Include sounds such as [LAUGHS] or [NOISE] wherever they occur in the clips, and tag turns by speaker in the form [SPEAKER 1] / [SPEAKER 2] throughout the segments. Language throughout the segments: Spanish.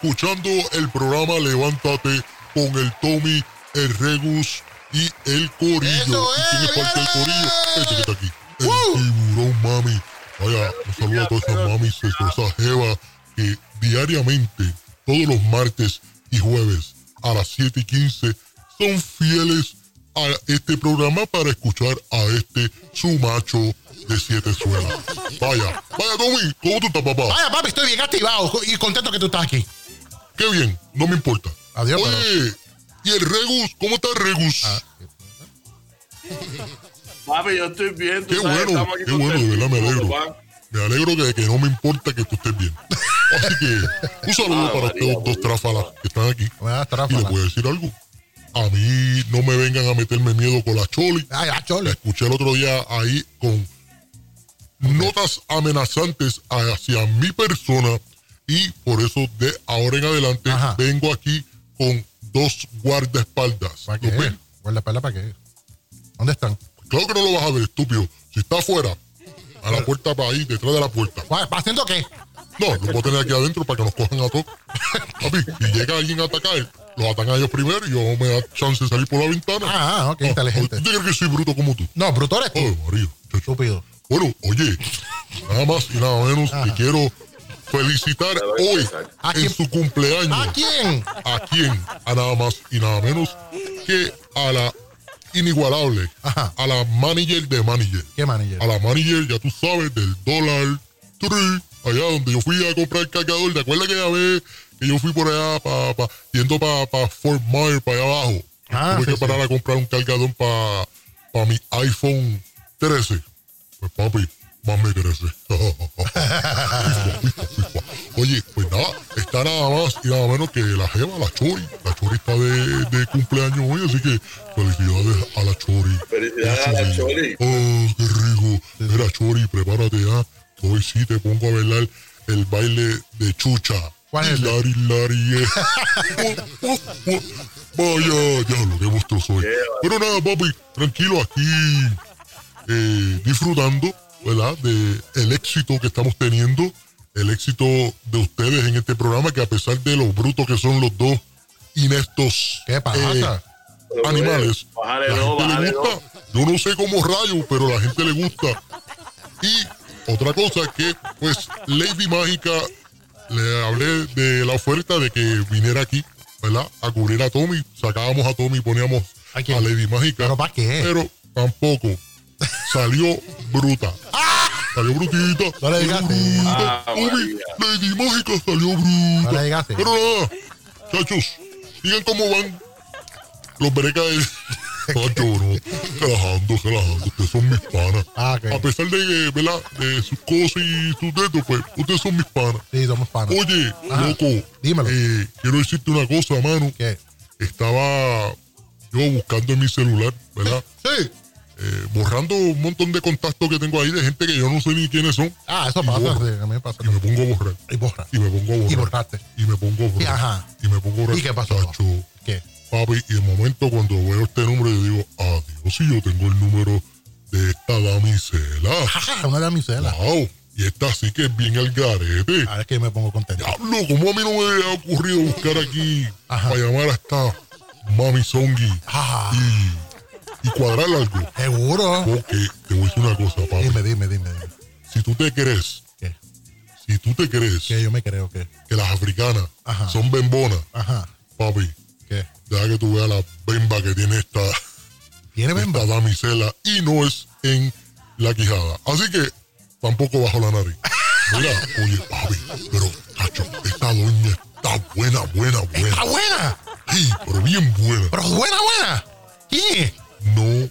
[SPEAKER 1] escuchando el programa Levántate con el Tommy, el Regus y el Corillo.
[SPEAKER 2] Eso
[SPEAKER 1] ¿Y quién es
[SPEAKER 2] es,
[SPEAKER 1] parte del Corillo? Ese que está aquí. El
[SPEAKER 2] ¡Woo!
[SPEAKER 1] tiburón, mami. Vaya, un saludo a todas esas mamis, a esas jevas que diariamente, todos los martes y jueves a las 7 y 15, son fieles a este programa para escuchar a este su macho de siete suelas. Vaya, vaya Tommy, ¿cómo tú estás, papá?
[SPEAKER 2] Vaya, papi, estoy bien activado y contento que tú estás aquí. Eh.
[SPEAKER 1] Qué bien, no me importa.
[SPEAKER 2] Adiós,
[SPEAKER 1] Oye, ¿y el Regus? ¿Cómo está el Regus?
[SPEAKER 2] Ah.
[SPEAKER 3] Papi, yo estoy bien. tú
[SPEAKER 1] qué
[SPEAKER 3] sabes,
[SPEAKER 1] bueno,
[SPEAKER 3] estamos aquí
[SPEAKER 1] qué bueno, de verdad me
[SPEAKER 3] contentos,
[SPEAKER 1] alegro.
[SPEAKER 3] papá.
[SPEAKER 1] Me alegro que, que no me importa que tú estés bien. Así que un saludo
[SPEAKER 3] Ah,
[SPEAKER 1] para
[SPEAKER 3] María,
[SPEAKER 1] ustedes dos
[SPEAKER 3] María.
[SPEAKER 1] tráfalas que están aquí.
[SPEAKER 2] Buenas
[SPEAKER 1] Y les
[SPEAKER 2] tráfalas.
[SPEAKER 1] voy a decir algo. A mí no me vengan a meterme miedo con la choli.
[SPEAKER 2] Ay, ah,
[SPEAKER 1] La
[SPEAKER 2] chole.
[SPEAKER 1] escuché el otro día ahí con notas amenazantes hacia mi persona y por eso de ahora en adelante
[SPEAKER 2] Ajá.
[SPEAKER 1] vengo aquí con dos guardaespaldas.
[SPEAKER 2] ¿Para
[SPEAKER 1] ¿Los
[SPEAKER 2] qué?
[SPEAKER 1] ven?
[SPEAKER 2] Guarda pala, ¿para qué? ¿Dónde están?
[SPEAKER 1] Claro que no lo vas a ver, estúpido. Si está afuera, a la puerta para ahí, detrás de la puerta.
[SPEAKER 2] ¿Cuál- ¿Haciendo qué?
[SPEAKER 1] No, los voy a tener aquí adentro para que nos cojan a todos. [LAUGHS] Papi, si llega alguien a atacar, los atacan a ellos primero y yo me da chance de salir por la ventana.
[SPEAKER 2] Ah, ah, ok, inteligente.
[SPEAKER 1] ¿Tú te crees que soy bruto como tú?
[SPEAKER 2] No, bruto eres tú.
[SPEAKER 1] Joder, María. chacho.
[SPEAKER 2] Estúpido.
[SPEAKER 1] Bueno, oye, nada más y nada menos te quiero felicitar hoy
[SPEAKER 2] Ah. ¿A
[SPEAKER 1] en
[SPEAKER 2] quién?
[SPEAKER 1] su cumpleaños.
[SPEAKER 2] ¿A quién?
[SPEAKER 1] ¿A quién? A nada más y nada menos que a la inigualable,
[SPEAKER 2] Ajá.
[SPEAKER 1] a la manager de manager.
[SPEAKER 2] ¿Qué manager?
[SPEAKER 1] A la manager, ya tú sabes, del dólar tree, allá donde yo fui a comprar el cargador. ¿Te acuerdas que ya ve que yo fui por allá, pa, pa- yendo para Fort Myers, para allá abajo?
[SPEAKER 2] Ah,
[SPEAKER 1] Tuve
[SPEAKER 2] sí,
[SPEAKER 1] que parar a comprar un cargador para mi iPhone 13. Pues papi, más me crece. [LAUGHS] Oye, pues nada, está nada más y nada menos que la Jeva, la Chori. La Chori está de, de cumpleaños hoy, así que felicidades a la Chori.
[SPEAKER 3] Felicidades a la Chori.
[SPEAKER 1] Oh, qué rico. Mira, Chori, prepárate ya. que Hoy sí te pongo a bailar el baile de chucha.
[SPEAKER 2] ¿Cuál es ese?
[SPEAKER 1] Lari, lari, eh.
[SPEAKER 2] [LAUGHS]
[SPEAKER 1] Oh, oh, oh. Vaya, diablo, qué monstruo soy. Pero nada, papi, tranquilo, aquí eh, disfrutando, ¿verdad? De el éxito que estamos teniendo, el éxito de ustedes en este programa, que a pesar de lo brutos que son los dos ineptos eh,
[SPEAKER 2] ¿Qué pasa?
[SPEAKER 3] Pero,
[SPEAKER 1] animales.
[SPEAKER 3] eh, Bájale
[SPEAKER 1] la
[SPEAKER 3] dos,
[SPEAKER 1] gente
[SPEAKER 3] bájale
[SPEAKER 1] le
[SPEAKER 3] dos.
[SPEAKER 1] gusta. Yo no sé cómo rayo, pero la gente le gusta. Y otra cosa que, pues, Lady Mágica, le hablé de la oferta de que viniera aquí, ¿verdad? A cubrir a Tommy. Sacábamos a Tommy y poníamos
[SPEAKER 2] ¿A
[SPEAKER 1] a,
[SPEAKER 2] quién?
[SPEAKER 1] Lady Mágica.
[SPEAKER 2] ¿Pero para qué?
[SPEAKER 1] Pero tampoco. Salió bruta. Salió brutita.
[SPEAKER 2] ¡Ah! No le
[SPEAKER 1] salió
[SPEAKER 2] digas.
[SPEAKER 1] bruta.
[SPEAKER 3] Ah,
[SPEAKER 1] Tommy,
[SPEAKER 3] María.
[SPEAKER 1] Lady Mágica salió bruta.
[SPEAKER 2] No le digas.
[SPEAKER 1] Pero nada, chachos, sigan cómo van los veré
[SPEAKER 2] [LAUGHS]
[SPEAKER 1] caer. Chacho, no. Relajando, relajando. Ustedes son mis panas.
[SPEAKER 2] Ah, ok.
[SPEAKER 1] A pesar de que, ¿verdad? De sus cosas y sus dedos, pues, ustedes son mis panas.
[SPEAKER 2] Sí, somos panas.
[SPEAKER 1] Oye,
[SPEAKER 2] Ajá,
[SPEAKER 1] loco.
[SPEAKER 2] dímelo.
[SPEAKER 1] eh, quiero decirte una cosa, mano.
[SPEAKER 2] ¿Qué?
[SPEAKER 1] Estaba yo buscando en mi celular,
[SPEAKER 2] [LAUGHS]
[SPEAKER 1] ¿verdad?
[SPEAKER 2] Sí.
[SPEAKER 1] Eh, borrando un montón de contactos que tengo ahí de gente que yo no sé ni quiénes son.
[SPEAKER 2] Ah, eso pasa.
[SPEAKER 1] borra.
[SPEAKER 2] Sí, a mí me pasa.
[SPEAKER 1] Y me pongo a borrar.
[SPEAKER 2] Y borra.
[SPEAKER 1] Y me pongo a borrar.
[SPEAKER 2] Y borraste.
[SPEAKER 1] Y me pongo a borrar.
[SPEAKER 2] Y ajá.
[SPEAKER 1] Y me pongo a borrar.
[SPEAKER 2] ¿Y qué pasó?
[SPEAKER 1] Chacho,
[SPEAKER 2] ¿Qué?
[SPEAKER 1] Papi, y de momento cuando veo este número, yo digo, adiós, si yo tengo el número de esta damisela.
[SPEAKER 2] Ajá, Ah, una damisela.
[SPEAKER 1] Wow, y esta sí que es bien al garete.
[SPEAKER 2] Ahora es que me pongo contento.
[SPEAKER 1] Diablo, ¿cómo a mí no me ha ocurrido buscar aquí
[SPEAKER 2] Ajá.
[SPEAKER 1] para llamar a esta mami zongi
[SPEAKER 2] Ajá.
[SPEAKER 1] y, y cuadrar algo?
[SPEAKER 2] Ah, Seguro.
[SPEAKER 1] Porque te voy a decir una cosa, papi.
[SPEAKER 2] Dime, dime, dime, dime.
[SPEAKER 1] Si tú te crees,
[SPEAKER 2] ¿Qué?
[SPEAKER 1] si tú te crees
[SPEAKER 2] ¿Qué? Yo me creo que.
[SPEAKER 1] que las africanas
[SPEAKER 2] Ajá.
[SPEAKER 1] son bembonas,
[SPEAKER 2] Ajá.
[SPEAKER 1] papi,
[SPEAKER 2] ¿Qué?
[SPEAKER 1] deja que tú veas la bemba que tiene esta.
[SPEAKER 2] ¿Tiene bemba?
[SPEAKER 1] esta damisela y no es en la quijada. Así que tampoco bajo la nariz. Mira, oye, papi, pero, cacho, esta doña está buena, buena, buena.
[SPEAKER 2] ¡Está Ah, buena!
[SPEAKER 1] Sí, pero bien buena.
[SPEAKER 2] ¡Pero buena, buena! ¿Qué?
[SPEAKER 1] No,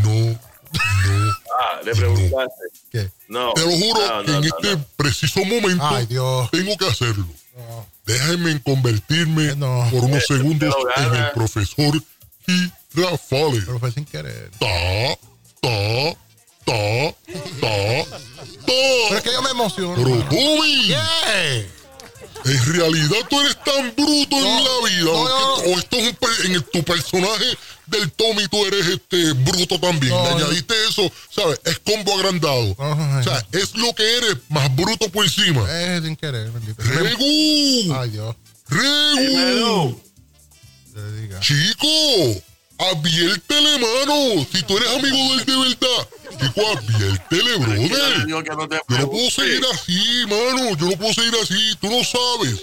[SPEAKER 1] no, no.
[SPEAKER 3] Ah, le preguntaste.
[SPEAKER 2] ¿Qué?
[SPEAKER 3] No.
[SPEAKER 1] Te lo juro
[SPEAKER 3] no,
[SPEAKER 1] que
[SPEAKER 3] no,
[SPEAKER 1] en
[SPEAKER 3] no,
[SPEAKER 1] este
[SPEAKER 3] no.
[SPEAKER 1] preciso momento
[SPEAKER 2] Ay, [LAUGHS] Dios.
[SPEAKER 1] tengo que hacerlo.
[SPEAKER 2] No.
[SPEAKER 1] Déjenme convertirme
[SPEAKER 2] No.
[SPEAKER 1] por unos segundos
[SPEAKER 3] Este lo
[SPEAKER 1] en el
[SPEAKER 3] gana.
[SPEAKER 1] profesor Girafales.
[SPEAKER 2] Pero fue sin querer.
[SPEAKER 1] Ta, ta, ta, ta, ta.
[SPEAKER 2] Pero es que yo me emociono.
[SPEAKER 1] Pero Tommy,
[SPEAKER 2] ¿Qué?
[SPEAKER 1] En realidad tú eres tan bruto en la vida.
[SPEAKER 2] no,
[SPEAKER 1] o
[SPEAKER 2] no,
[SPEAKER 1] que- O esto es un per- en el- tu personaje del Tommy, tú eres este bruto también.
[SPEAKER 2] No,
[SPEAKER 1] Le
[SPEAKER 2] no.
[SPEAKER 1] añadiste eso, ¿sabes? Es combo agrandado.
[SPEAKER 2] Ajá,
[SPEAKER 1] o sea, es lo que eres más bruto por encima.
[SPEAKER 2] Eh, sin querer, bendito.
[SPEAKER 1] Regu,
[SPEAKER 2] Ay, Dios.
[SPEAKER 1] Regu,
[SPEAKER 3] Dímelo.
[SPEAKER 2] Te diga.
[SPEAKER 1] chico, abiértele, mano. Si tú eres amigo del de verdad, chico, abiértele,
[SPEAKER 3] Yo
[SPEAKER 1] brother.
[SPEAKER 3] le digo que no te
[SPEAKER 1] Yo no puedo
[SPEAKER 3] preocupes.
[SPEAKER 1] seguir así, mano. Yo no puedo seguir así. Tú no sabes.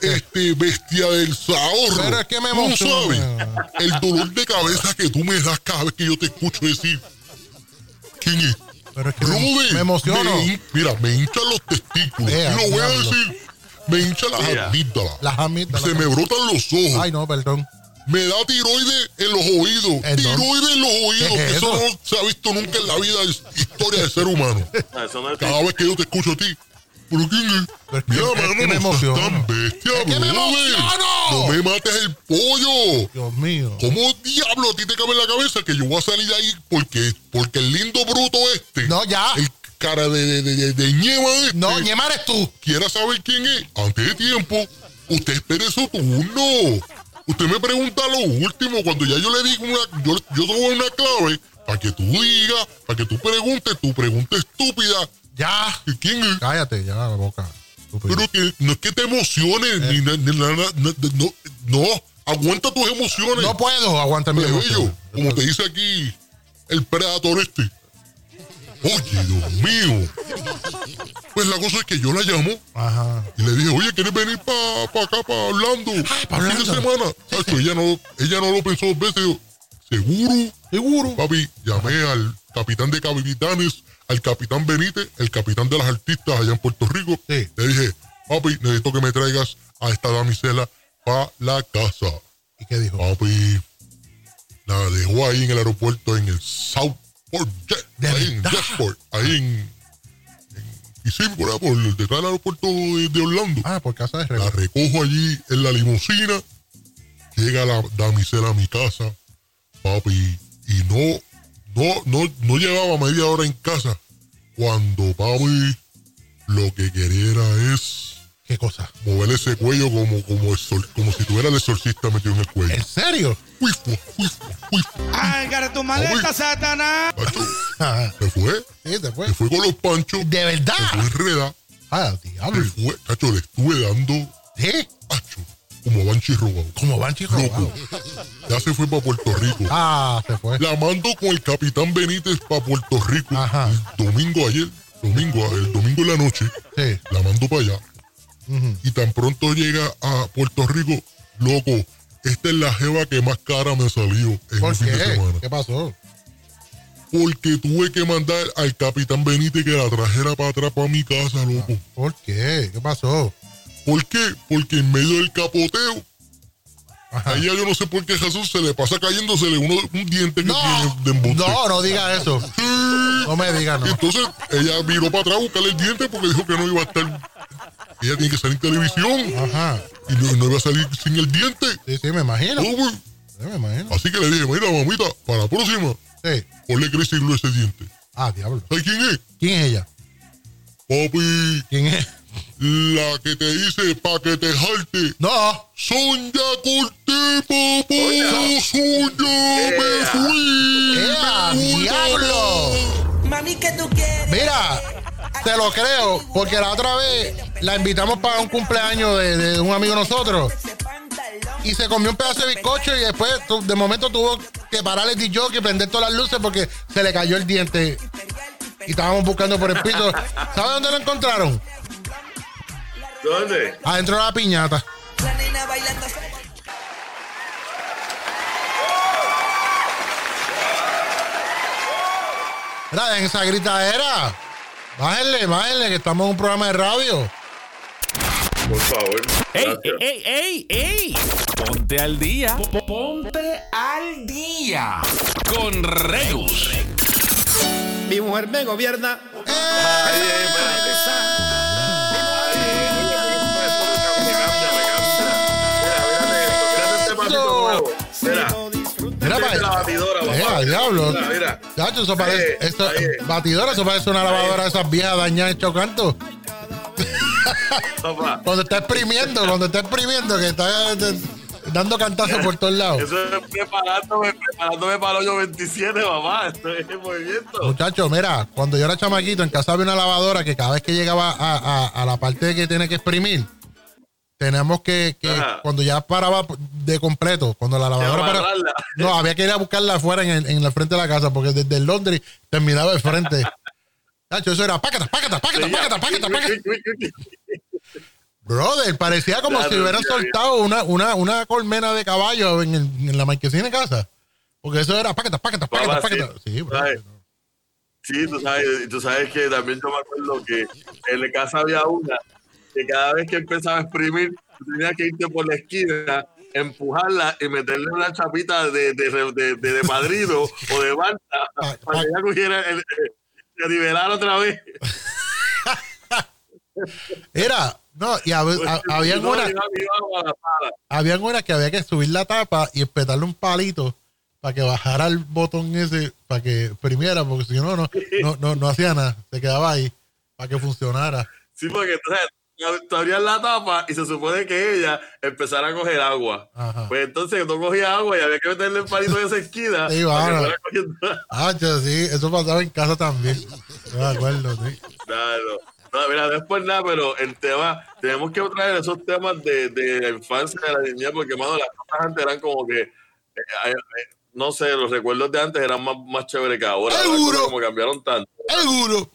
[SPEAKER 1] Este bestia del Sahorro.
[SPEAKER 2] Pero es que me
[SPEAKER 1] Tú no sabes.
[SPEAKER 2] emociona.
[SPEAKER 1] El dolor de cabeza que tú me das cada vez que yo te escucho decir. ¿Quién es?
[SPEAKER 2] Pero es que me,
[SPEAKER 1] Brother,
[SPEAKER 2] me emociono.
[SPEAKER 1] me hin- mira, me hinchan los testículos.
[SPEAKER 2] Ea,
[SPEAKER 1] y lo voy a
[SPEAKER 2] diablo.
[SPEAKER 1] decir. Me hinchan las
[SPEAKER 3] Ea.
[SPEAKER 1] amígdalas.
[SPEAKER 2] Las amitas.
[SPEAKER 1] Se me brotan los ojos.
[SPEAKER 2] Ay, no, perdón.
[SPEAKER 1] Me da tiroides en los oídos.
[SPEAKER 2] ¿En dónde?
[SPEAKER 1] tiroides en los oídos.
[SPEAKER 2] ¿Qué es
[SPEAKER 1] eso
[SPEAKER 2] eso?
[SPEAKER 1] no se ha visto nunca en la vida, es historia del ser humano.
[SPEAKER 3] No, Eso no es
[SPEAKER 1] Cada vez que yo te escucho a ti. ¿Pero quién es?
[SPEAKER 2] Pero es que-
[SPEAKER 1] Mira,
[SPEAKER 2] es
[SPEAKER 1] mano,
[SPEAKER 2] que me
[SPEAKER 1] no seas
[SPEAKER 2] emociono.
[SPEAKER 1] tan bestia,
[SPEAKER 2] Es que me
[SPEAKER 1] brother.
[SPEAKER 2] emociono.
[SPEAKER 1] No me mates el pollo.
[SPEAKER 2] Dios mío.
[SPEAKER 1] ¿Cómo diablo a ti te cabe en la cabeza que yo voy a salir de ahí porque, porque el lindo bruto este,
[SPEAKER 2] No, ya.
[SPEAKER 1] el cara de, de, de, de- de ñema este,
[SPEAKER 2] No, Ñema eres tú.
[SPEAKER 1] quiera saber quién es antes de tiempo, usted espere su turno. Usted me pregunta lo último, cuando ya yo le digo una, yo, yo te doy una clave para que tú digas, para que tú preguntes, tu pregunta estúpida,
[SPEAKER 2] Ya.
[SPEAKER 1] que quién es.
[SPEAKER 2] Cállate, ya la boca. estúpido.
[SPEAKER 1] Pero que no es que te emociones,
[SPEAKER 2] Eh.
[SPEAKER 1] ni, na- ni na- na- na- no, no, aguanta tus emociones.
[SPEAKER 2] No pues, puedo aguantar mi
[SPEAKER 1] plebeyo,
[SPEAKER 2] emoción.
[SPEAKER 1] como te dice aquí el predator este. Oye, Dios mío. Pues la cosa es que yo la llamo
[SPEAKER 2] Ajá.
[SPEAKER 1] y le dije, oye, ¿quieres venir para acá, para Orlando?
[SPEAKER 2] Ah, pa'
[SPEAKER 1] El
[SPEAKER 2] Orlando.
[SPEAKER 1] fin de semana. Tacho, Ella, no, ella no lo pensó dos veces. Yo, Seguro,
[SPEAKER 2] Seguro.
[SPEAKER 1] papi, llamé al capitán de capitanes, al capitán Benítez, el capitán de las artistas allá en Puerto Rico.
[SPEAKER 2] Sí.
[SPEAKER 1] Le dije, papi, necesito que me traigas a esta damisela para la casa.
[SPEAKER 2] ¿Y qué dijo?
[SPEAKER 1] Papi, la dejó ahí en el aeropuerto, en el Southport Jet,
[SPEAKER 2] ¿De
[SPEAKER 1] ahí en
[SPEAKER 2] verdad?
[SPEAKER 1] Jetport, ahí en, y sí, por, ahí, por detrás del aeropuerto de, de Orlando.
[SPEAKER 2] Ah, por casa de
[SPEAKER 1] La
[SPEAKER 2] regla.
[SPEAKER 1] recojo allí en la limusina, llega la damisela a mi casa, papi, y no, no, no, no llevaba media hora en casa cuando, papi, lo que quería era es
[SPEAKER 2] ¿Qué cosa?
[SPEAKER 1] mover ese cuello como, como, exor- como si tuviera el exorcista metido en el cuello.
[SPEAKER 2] ¿En serio? [LAUGHS]
[SPEAKER 1] Uy, fue, uy, fue, uy, fue.
[SPEAKER 4] Agárrate tu maleta,
[SPEAKER 1] Uy.
[SPEAKER 4] Satanás.
[SPEAKER 1] Pacho,
[SPEAKER 2] Ajá.
[SPEAKER 1] se fue,
[SPEAKER 2] Sí, te fue.
[SPEAKER 1] se fue con los panchos,
[SPEAKER 2] De
[SPEAKER 1] se fue
[SPEAKER 2] verdad.
[SPEAKER 1] enreda,
[SPEAKER 2] Ah,
[SPEAKER 1] se
[SPEAKER 2] diablo.
[SPEAKER 1] fue, cacho, le estuve dando,
[SPEAKER 2] ¿Sí?
[SPEAKER 1] cacho, como banchi robado.
[SPEAKER 2] Como van, chicos?
[SPEAKER 1] Loco, ya se fue para Puerto Rico.
[SPEAKER 2] Ah, se fue.
[SPEAKER 1] La mando con el capitán Benítez para Puerto Rico.
[SPEAKER 2] Ajá.
[SPEAKER 1] El domingo ayer, domingo, el domingo en la noche,
[SPEAKER 2] Sí.
[SPEAKER 1] la mando para allá.
[SPEAKER 2] Ujú.
[SPEAKER 1] Y tan pronto llega a Puerto Rico, loco, esta es la jeva que más cara me salió en un
[SPEAKER 2] ¿Por
[SPEAKER 1] fin de semana.
[SPEAKER 2] qué? ¿Qué pasó?
[SPEAKER 1] porque tuve que mandar al capitán Benítez que la trajera para atrás para mi casa, loco.
[SPEAKER 2] ¿Por qué? ¿Qué pasó?
[SPEAKER 1] ¿Por qué? Porque en medio del capoteo,
[SPEAKER 2] Ajá.
[SPEAKER 1] a ella yo no sé por qué Jesús se le pasa cayéndosele uno, un diente que
[SPEAKER 2] No,
[SPEAKER 1] tiene de embuste.
[SPEAKER 2] no, no diga eso. No me diga no.
[SPEAKER 1] Y entonces ella viró para atrás a buscarle el diente porque dijo que no iba a estar. Ella tiene que salir en televisión ah,
[SPEAKER 2] Ajá.
[SPEAKER 1] y no, no iba a salir sin el diente.
[SPEAKER 2] Sí, sí, me imagino.
[SPEAKER 1] No, pues.
[SPEAKER 2] Sí, me imagino.
[SPEAKER 1] Así que le dije, mira, mamita, para la próxima,
[SPEAKER 2] Sí.
[SPEAKER 1] ponle crecerlo ese diente.
[SPEAKER 2] Ah, diablo.
[SPEAKER 1] ¿Sabes quién es?
[SPEAKER 2] ¿Quién es ella?
[SPEAKER 1] Papi,
[SPEAKER 2] ¿Quién es?
[SPEAKER 1] la que te dice pa' que te jarte.
[SPEAKER 2] No.
[SPEAKER 1] Sonia Cortés, papá, Sonia, me
[SPEAKER 3] Ea.
[SPEAKER 1] fui.
[SPEAKER 2] ¡Ea,
[SPEAKER 1] me fui,
[SPEAKER 2] diablo!
[SPEAKER 5] Mami, que tú quieres?
[SPEAKER 2] Mira, te lo creo, porque la otra vez la invitamos para un cumpleaños de, de un amigo de nosotros
[SPEAKER 5] Ese pantalón.
[SPEAKER 2] y se comió un pedazo de bizcocho y después tu- de momento tuvo que parar el DJ y prender todas las luces porque se le cayó el diente y estábamos buscando por el piso. ¿Sabes dónde lo encontraron?
[SPEAKER 3] ¿Dónde?
[SPEAKER 2] Adentro de la piñata.
[SPEAKER 5] La nena bailando.
[SPEAKER 2] Mira, dejen esa gritadera. Bájenle, bájenle, que estamos en un programa de radio.
[SPEAKER 3] Por favor.
[SPEAKER 6] ¡Ey,
[SPEAKER 3] Gracias.
[SPEAKER 6] ey, ey, ey! ey. Ponte al día. Po- Ponte al día. Con Reus.
[SPEAKER 7] Mi mujer me gobierna.
[SPEAKER 3] Ay, ay, espérate. Ay, oye, pero me cansa, me cansa. Mira, mírate esto, mírate este patito nuevo. Mira,
[SPEAKER 7] Lo disfruta.
[SPEAKER 2] Mira,
[SPEAKER 3] mira la
[SPEAKER 2] para
[SPEAKER 3] batidora, papá.
[SPEAKER 2] Mira, diablo.
[SPEAKER 3] Mira, mira.
[SPEAKER 2] Chacho, eso parece.
[SPEAKER 3] Ahí es,
[SPEAKER 2] esto-
[SPEAKER 3] ahí es.
[SPEAKER 2] batidora, eso parece una lavadora de esas viejas dañadas hecho canto.
[SPEAKER 3] papá.
[SPEAKER 2] Cuando está exprimiendo, cuando está exprimiendo, que está eh, dando cantazos por todos lados.
[SPEAKER 3] Eso es preparándome, preparándome para el hoyo 27, papá. Esto es el movimiento.
[SPEAKER 2] Muchachos, mira, cuando yo era chamaquito, en casa había una lavadora que cada vez que llegaba a, a- a la parte que tiene que exprimir, teníamos que, que
[SPEAKER 3] Ajá.
[SPEAKER 2] cuando ya paraba de completo, cuando la lavadora paraba-
[SPEAKER 3] amarrarla.
[SPEAKER 2] no, había que ir a buscarla afuera en, el- en la frente de la casa, porque desde el Londres terminaba de frente. Chacho, eso era pácata, pácata, pácata, pácata, pácata, pácata. Brother, parecía como
[SPEAKER 3] Claro,
[SPEAKER 2] si hubieran
[SPEAKER 3] ya, ya.
[SPEAKER 2] soltado una, una, una colmena de caballo en, el- en la marquesina de casa. Porque eso era pácata, pácata, pácata,
[SPEAKER 3] Papá,
[SPEAKER 2] pácata.
[SPEAKER 3] sí,
[SPEAKER 2] Sí, brother,
[SPEAKER 3] ¿sabes? Sí, tú sabes, y tú sabes que también yo me acuerdo que en la casa había una que cada vez que empezaba a exprimir, tú tenías que irte por la esquina, empujarla y meterle una chapita de, de, de, de, de padrino o de banda
[SPEAKER 2] Pa-
[SPEAKER 3] para que ella cogiera el, el- se liberara otra vez.
[SPEAKER 2] Era, no, y hab- hab- habían,
[SPEAKER 3] Pues, No,
[SPEAKER 2] una,
[SPEAKER 3] iba- iba a la sala.
[SPEAKER 2] habían una que había que subir la tapa y espetarle un palito para que bajara el botón ese, para que exprimiera, porque si no, no, no, no, no hacía nada, se quedaba ahí para que funcionara.
[SPEAKER 3] Sí, porque entonces tú abrías la tapa y se supone que ella empezara a coger agua.
[SPEAKER 2] Ajá.
[SPEAKER 3] Pues entonces no cogía agua y había que meterle el palito de esa esquina.
[SPEAKER 2] Sí,
[SPEAKER 3] para que
[SPEAKER 2] bueno.
[SPEAKER 3] fuera cogiendo- [LAUGHS]
[SPEAKER 2] Ah, yo sí, eso pasaba en casa también. Yo me acuerdo, sí.
[SPEAKER 3] Claro. No, mira, no es por nada, pero el tema, tenemos que traer esos temas de, de la infancia, de la niñez, porque, mano, las cosas antes eran como que, eh, eh, no sé, los recuerdos de antes eran más, más chéveres que ahora. Las cosas
[SPEAKER 2] Seguro.
[SPEAKER 3] Como cambiaron tanto.
[SPEAKER 2] Seguro.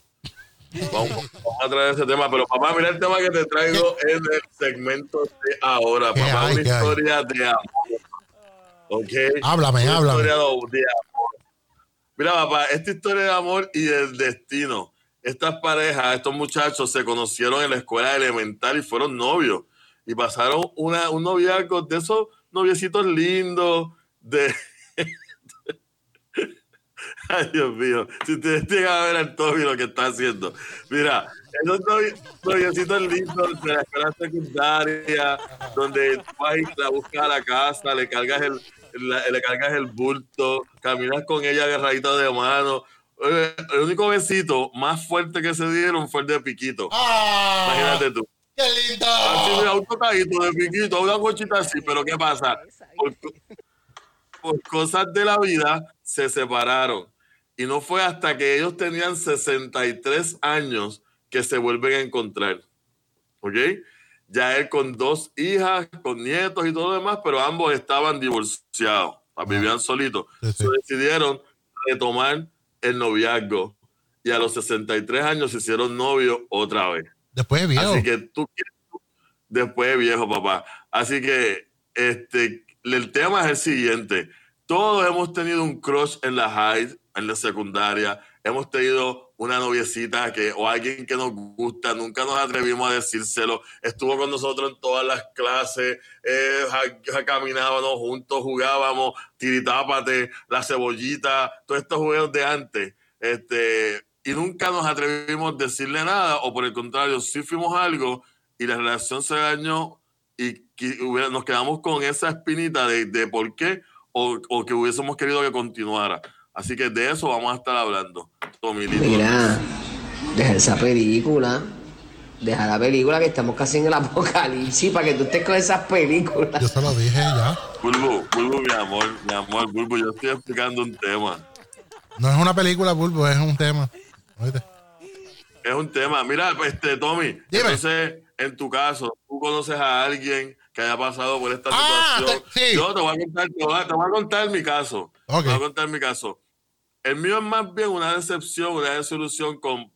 [SPEAKER 3] Vamos, vamos a traer ese tema, pero papá, mira el tema que te traigo en el segmento de ahora.
[SPEAKER 2] ¿Qué
[SPEAKER 3] Papá,
[SPEAKER 2] hay,
[SPEAKER 3] una
[SPEAKER 2] qué hay?
[SPEAKER 3] historia de amor. ¿Ok?
[SPEAKER 2] Háblame,
[SPEAKER 3] Una
[SPEAKER 2] háblame.
[SPEAKER 3] historia de de amor. Mira, papá, esta historia de amor y del destino. Estas parejas, estos muchachos se conocieron en la escuela elemental y fueron novios. Y pasaron una, un noviazgo de esos noviecitos lindos, de... Ay, Dios mío, si ustedes llegan a ver al Toby lo que está haciendo. Mira, esos novi- noviecitos lindos de la escuela secundaria, donde tú vas y la buscas a la casa, le cargas el, la- le cargas el bulto, caminas con ella agarradita de mano. Eh, El único besito más fuerte que se dieron fue el de Piquito.
[SPEAKER 2] ¡Ah!
[SPEAKER 3] Imagínate tú.
[SPEAKER 2] ¡Qué lindo!
[SPEAKER 3] Así de un tocadito de piquito, una cochita así, pero ¿qué pasa? Por, co- por cosas de la vida se separaron. Y no fue hasta que ellos tenían 63 años que se vuelven a encontrar. ¿Ok? Ya él con dos hijas, con nietos y todo lo demás, pero ambos estaban divorciados, ah, vivían solitos.
[SPEAKER 2] Sí, sí.
[SPEAKER 3] So, decidieron retomar el noviazgo y a los 63 años se hicieron novios otra vez.
[SPEAKER 2] Después de viejo.
[SPEAKER 3] Así que tú después de viejo, papá. Así que este el tema es el siguiente. Todos hemos tenido un crush en la high, en la secundaria. Hemos tenido una noviecita que, o alguien que nos gusta, nunca nos atrevimos a decírselo. Estuvo con nosotros en todas las clases, eh, ja- ja- caminábamos juntos, jugábamos, tiritápate, la cebollita, todos estos juegos de antes este, y nunca nos atrevimos a decirle nada, o por el contrario, sí fuimos algo y la relación se dañó y qui- hubiera- nos quedamos con esa espinita de, de por qué o, o que hubiésemos querido que continuara. Así que de eso vamos a estar hablando. Tomilito.
[SPEAKER 4] Mira, deja esa película. Deja la película que estamos casi en el apocalipsis para que tú estés con esas películas.
[SPEAKER 2] Yo se lo dije ya.
[SPEAKER 3] Bulbu, Bulbu, mi amor, mi amor, Bulbu, yo estoy explicando un tema.
[SPEAKER 2] No es una película, Bulbo, es un tema. Oíste.
[SPEAKER 3] Es un tema. Mira, este, Tommy, entonces, en tu caso, tú conoces a alguien que haya pasado por esta
[SPEAKER 2] Ah,
[SPEAKER 3] situación.
[SPEAKER 2] te- sí.
[SPEAKER 3] Yo te voy a contar, te voy a, te voy a contar mi caso.
[SPEAKER 2] Ok.
[SPEAKER 3] Te voy a contar mi caso. El mío es más bien una decepción, una desilusión con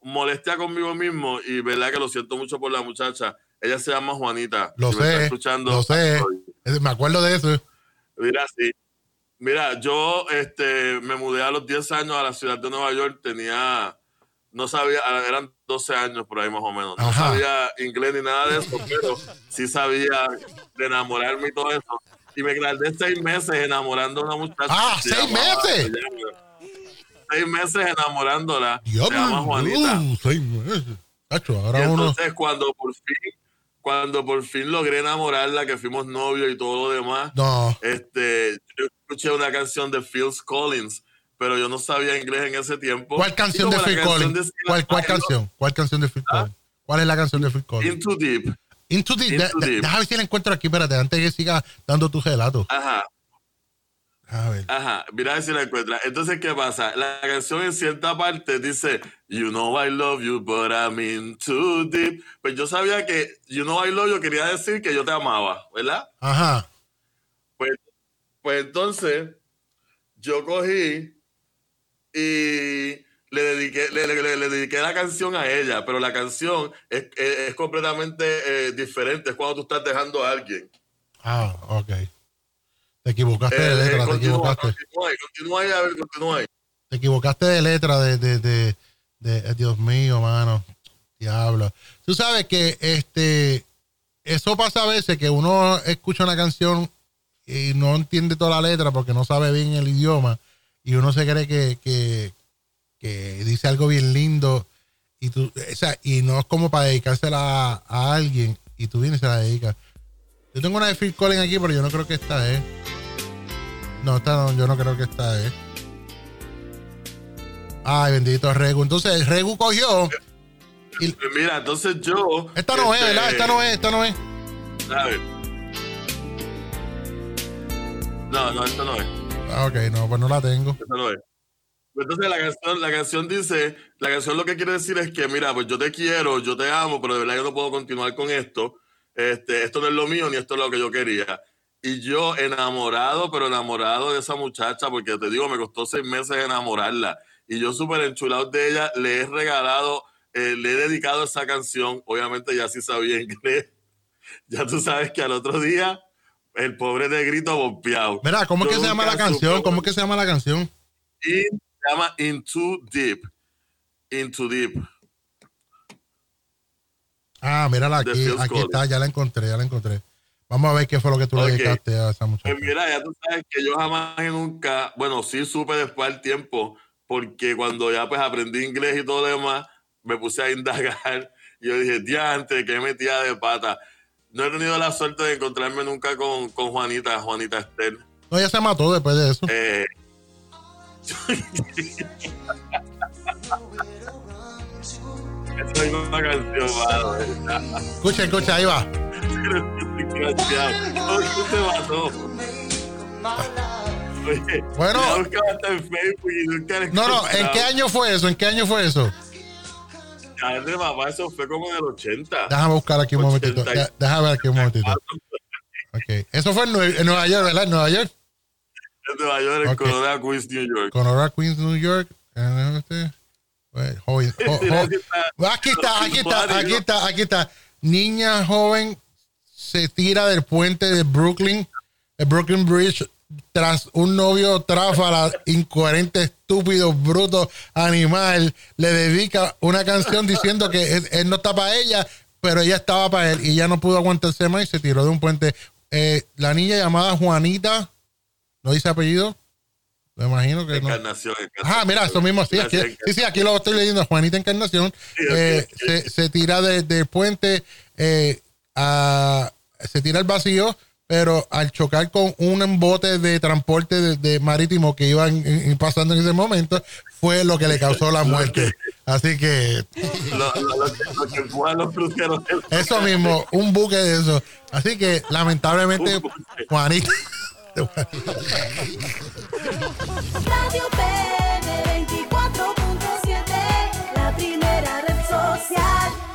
[SPEAKER 3] molestia conmigo mismo y verdad que lo siento mucho por la muchacha. Ella se llama Juanita.
[SPEAKER 2] Lo
[SPEAKER 3] Si me está
[SPEAKER 2] sé.
[SPEAKER 3] escuchando,
[SPEAKER 2] Lo sé.
[SPEAKER 3] sorry.
[SPEAKER 2] Es- Me acuerdo de eso.
[SPEAKER 3] Mira, sí. Mira, yo este, me mudé a los 10 años a la ciudad de Nueva York. Tenía, no sabía, ah, eran 12 años por ahí más o menos. No
[SPEAKER 2] Ajá.
[SPEAKER 3] sabía inglés ni nada de eso, pero sí sabía de enamorarme y todo eso. Y me tardé seis meses enamorando a una muchacha.
[SPEAKER 2] Ah,
[SPEAKER 3] que se
[SPEAKER 2] seis
[SPEAKER 3] llamaba-
[SPEAKER 2] meses.
[SPEAKER 3] se llama- Seis meses enamorándola. Se llama
[SPEAKER 2] Diablo.
[SPEAKER 3] Juanita.
[SPEAKER 2] uh, seis meses. Cacho,
[SPEAKER 3] Y
[SPEAKER 2] ahora uno.
[SPEAKER 3] entonces cuando por fin, cuando por fin logré enamorarla, que fuimos novios y todo lo demás,
[SPEAKER 2] No.
[SPEAKER 3] este, yo escuché una canción de Phil Collins, pero yo no sabía inglés en ese tiempo.
[SPEAKER 2] ¿Cuál
[SPEAKER 3] Y
[SPEAKER 2] canción de
[SPEAKER 3] como la
[SPEAKER 2] Phil
[SPEAKER 3] canción
[SPEAKER 2] Collins?
[SPEAKER 3] decía,
[SPEAKER 2] ¿Cuál, cuál
[SPEAKER 3] "Ay, no,
[SPEAKER 2] canción? ¿Cuál canción de Phil Collins? ¿Cuál es la canción de Phil Collins?
[SPEAKER 3] Into Deep.
[SPEAKER 2] Into Deep.
[SPEAKER 3] ¿Ah? Into
[SPEAKER 2] De- de-
[SPEAKER 3] Deep.
[SPEAKER 2] Déjame ver si la encuentro aquí, espérate, antes que siga dando tu relato.
[SPEAKER 3] Ajá,
[SPEAKER 2] A ver.
[SPEAKER 3] ajá. Mira a ver si la encuentras. Entonces, ¿qué pasa? La canción en cierta parte dice, You know I love you, but I'm in too deep. Pues yo sabía que You know I love you quería decir que yo te amaba, ¿verdad?
[SPEAKER 2] Ajá.
[SPEAKER 3] Pues, pues entonces, yo cogí y le dediqué, le, le- le- le dediqué la canción a ella, pero la canción es, es- es completamente eh, diferente, es cuando tú estás dejando a alguien.
[SPEAKER 2] Ah, ok. Te equivocaste de
[SPEAKER 3] Eh, eh,
[SPEAKER 2] letra, te
[SPEAKER 3] continúa,
[SPEAKER 2] equivocaste.
[SPEAKER 3] continúa ahí, continúa ahí, a ver, continúa ahí.
[SPEAKER 2] Te equivocaste de letra de, de, de, de- eh, Dios mío, mano. Diablo. Tú sabes que este eso pasa a veces que uno escucha una canción y no entiende toda la letra porque no sabe bien el idioma y uno se cree que, que, que dice algo bien lindo y tú o sea, y no es como para dedicársela a, a alguien y tú vienes y se la dedicas. Yo tengo una de Phil Collins aquí, pero yo no creo que esta es. No, esta no, yo no creo que esta es. Ay, bendito Regu. Entonces, Regu cogió.
[SPEAKER 3] Pues Mira, entonces yo.
[SPEAKER 2] Esta no es,
[SPEAKER 3] este,
[SPEAKER 2] ¿verdad? Esta no es, esta no es.
[SPEAKER 3] a ver. No, no, esta no es.
[SPEAKER 2] Ah, ok, no, pues no la tengo.
[SPEAKER 3] Esa no es. Pues Entonces la canción, la canción dice, la canción lo que quiere decir es que, mira, pues yo te quiero, yo te amo, pero de verdad yo no puedo continuar con esto. Este, esto no es lo mío, ni esto es lo que yo quería. Y yo enamorado, pero enamorado de esa muchacha, porque te digo, me costó seis meses enamorarla. Y yo súper enchulado de ella, le he regalado, eh, le he dedicado esa canción. Obviamente ya sí sabía inglés. [LAUGHS] Ya tú sabes que al otro día, el pobre negrito bompeado.
[SPEAKER 2] Mira, ¿cómo es
[SPEAKER 3] Yo
[SPEAKER 2] que se llama la
[SPEAKER 3] nunca
[SPEAKER 2] canción?
[SPEAKER 3] supe-
[SPEAKER 2] ¿Cómo es que se llama la canción?
[SPEAKER 3] y se llama Into Deep. Into Deep.
[SPEAKER 2] Ah, mírala
[SPEAKER 3] De
[SPEAKER 2] aquí.
[SPEAKER 3] Phil
[SPEAKER 2] Aquí
[SPEAKER 3] Collins.
[SPEAKER 2] está, ya la encontré, ya la encontré. Vamos a ver qué fue lo que tú
[SPEAKER 3] Ok.
[SPEAKER 2] le dedicaste a esa muchacha.
[SPEAKER 3] Pues mira, ya tú sabes que yo jamás y nunca, bueno, sí supe después del tiempo, porque cuando ya pues aprendí inglés y todo lo demás, me puse a indagar [LAUGHS] y yo dije, diante, qué metida de pata. No he tenido la suerte de encontrarme nunca con, con Juanita, Juanita Esther.
[SPEAKER 2] No, ella se mató después de eso.
[SPEAKER 3] Eh, [LAUGHS] Esa es una canción, madre.
[SPEAKER 2] Escucha, escucha, ahí va.
[SPEAKER 3] Desgraciado. Oye, tú te mató. Oye,
[SPEAKER 2] Bueno.
[SPEAKER 3] la buscaba hasta en Facebook y nunca la
[SPEAKER 2] No, no, ¿en qué
[SPEAKER 3] encontraba.
[SPEAKER 2] año fue eso? ¿En qué año fue eso?
[SPEAKER 3] Dale, papá, eso fue como en el 80.
[SPEAKER 2] Déjame buscar aquí un momentito.
[SPEAKER 3] 80 y-
[SPEAKER 2] Ya, Déjame ver aquí un momentito. Ok. Eso fue en Nue- en Nueva York, ¿verdad? En Nueva York.
[SPEAKER 3] En Nueva York, en
[SPEAKER 2] Ok.
[SPEAKER 3] Colorado, Queens, New York.
[SPEAKER 2] Conora, Queens, New York. eh, este, eh, joven, [LAUGHS] jo- jo- Aquí está, aquí está, aquí está, aquí está. Niña joven se tira del puente de Brooklyn, el Brooklyn Bridge, tras un novio tráfala, incoherente, estúpido, bruto, animal. Le dedica una canción diciendo que él, él no está para ella, pero ella estaba para él y ella no pudo aguantarse más y se tiró de un puente. Eh, la niña llamada Juanita, ¿no dice apellido? Me imagino que no.
[SPEAKER 3] Encarnación, encarnación.
[SPEAKER 2] Ah, mira, eso mismo, sí, aquí,
[SPEAKER 3] Gracias,
[SPEAKER 2] sí, sí, aquí lo estoy leyendo, Juanita Encarnación, eh, se, se tira de- del puente, eh, a- se tira al vacío, pero al chocar con un embote de transporte de, de marítimo que iban en- en- pasando en ese momento, fue lo que le causó la muerte. Así que
[SPEAKER 3] Lo, lo- lo que- lo que empujan los cruceros.
[SPEAKER 2] eso mismo, un buque de eso. Así que lamentablemente,
[SPEAKER 3] Un buque.
[SPEAKER 2] Juanita,
[SPEAKER 8] Radio PN 24.7, la primera red social.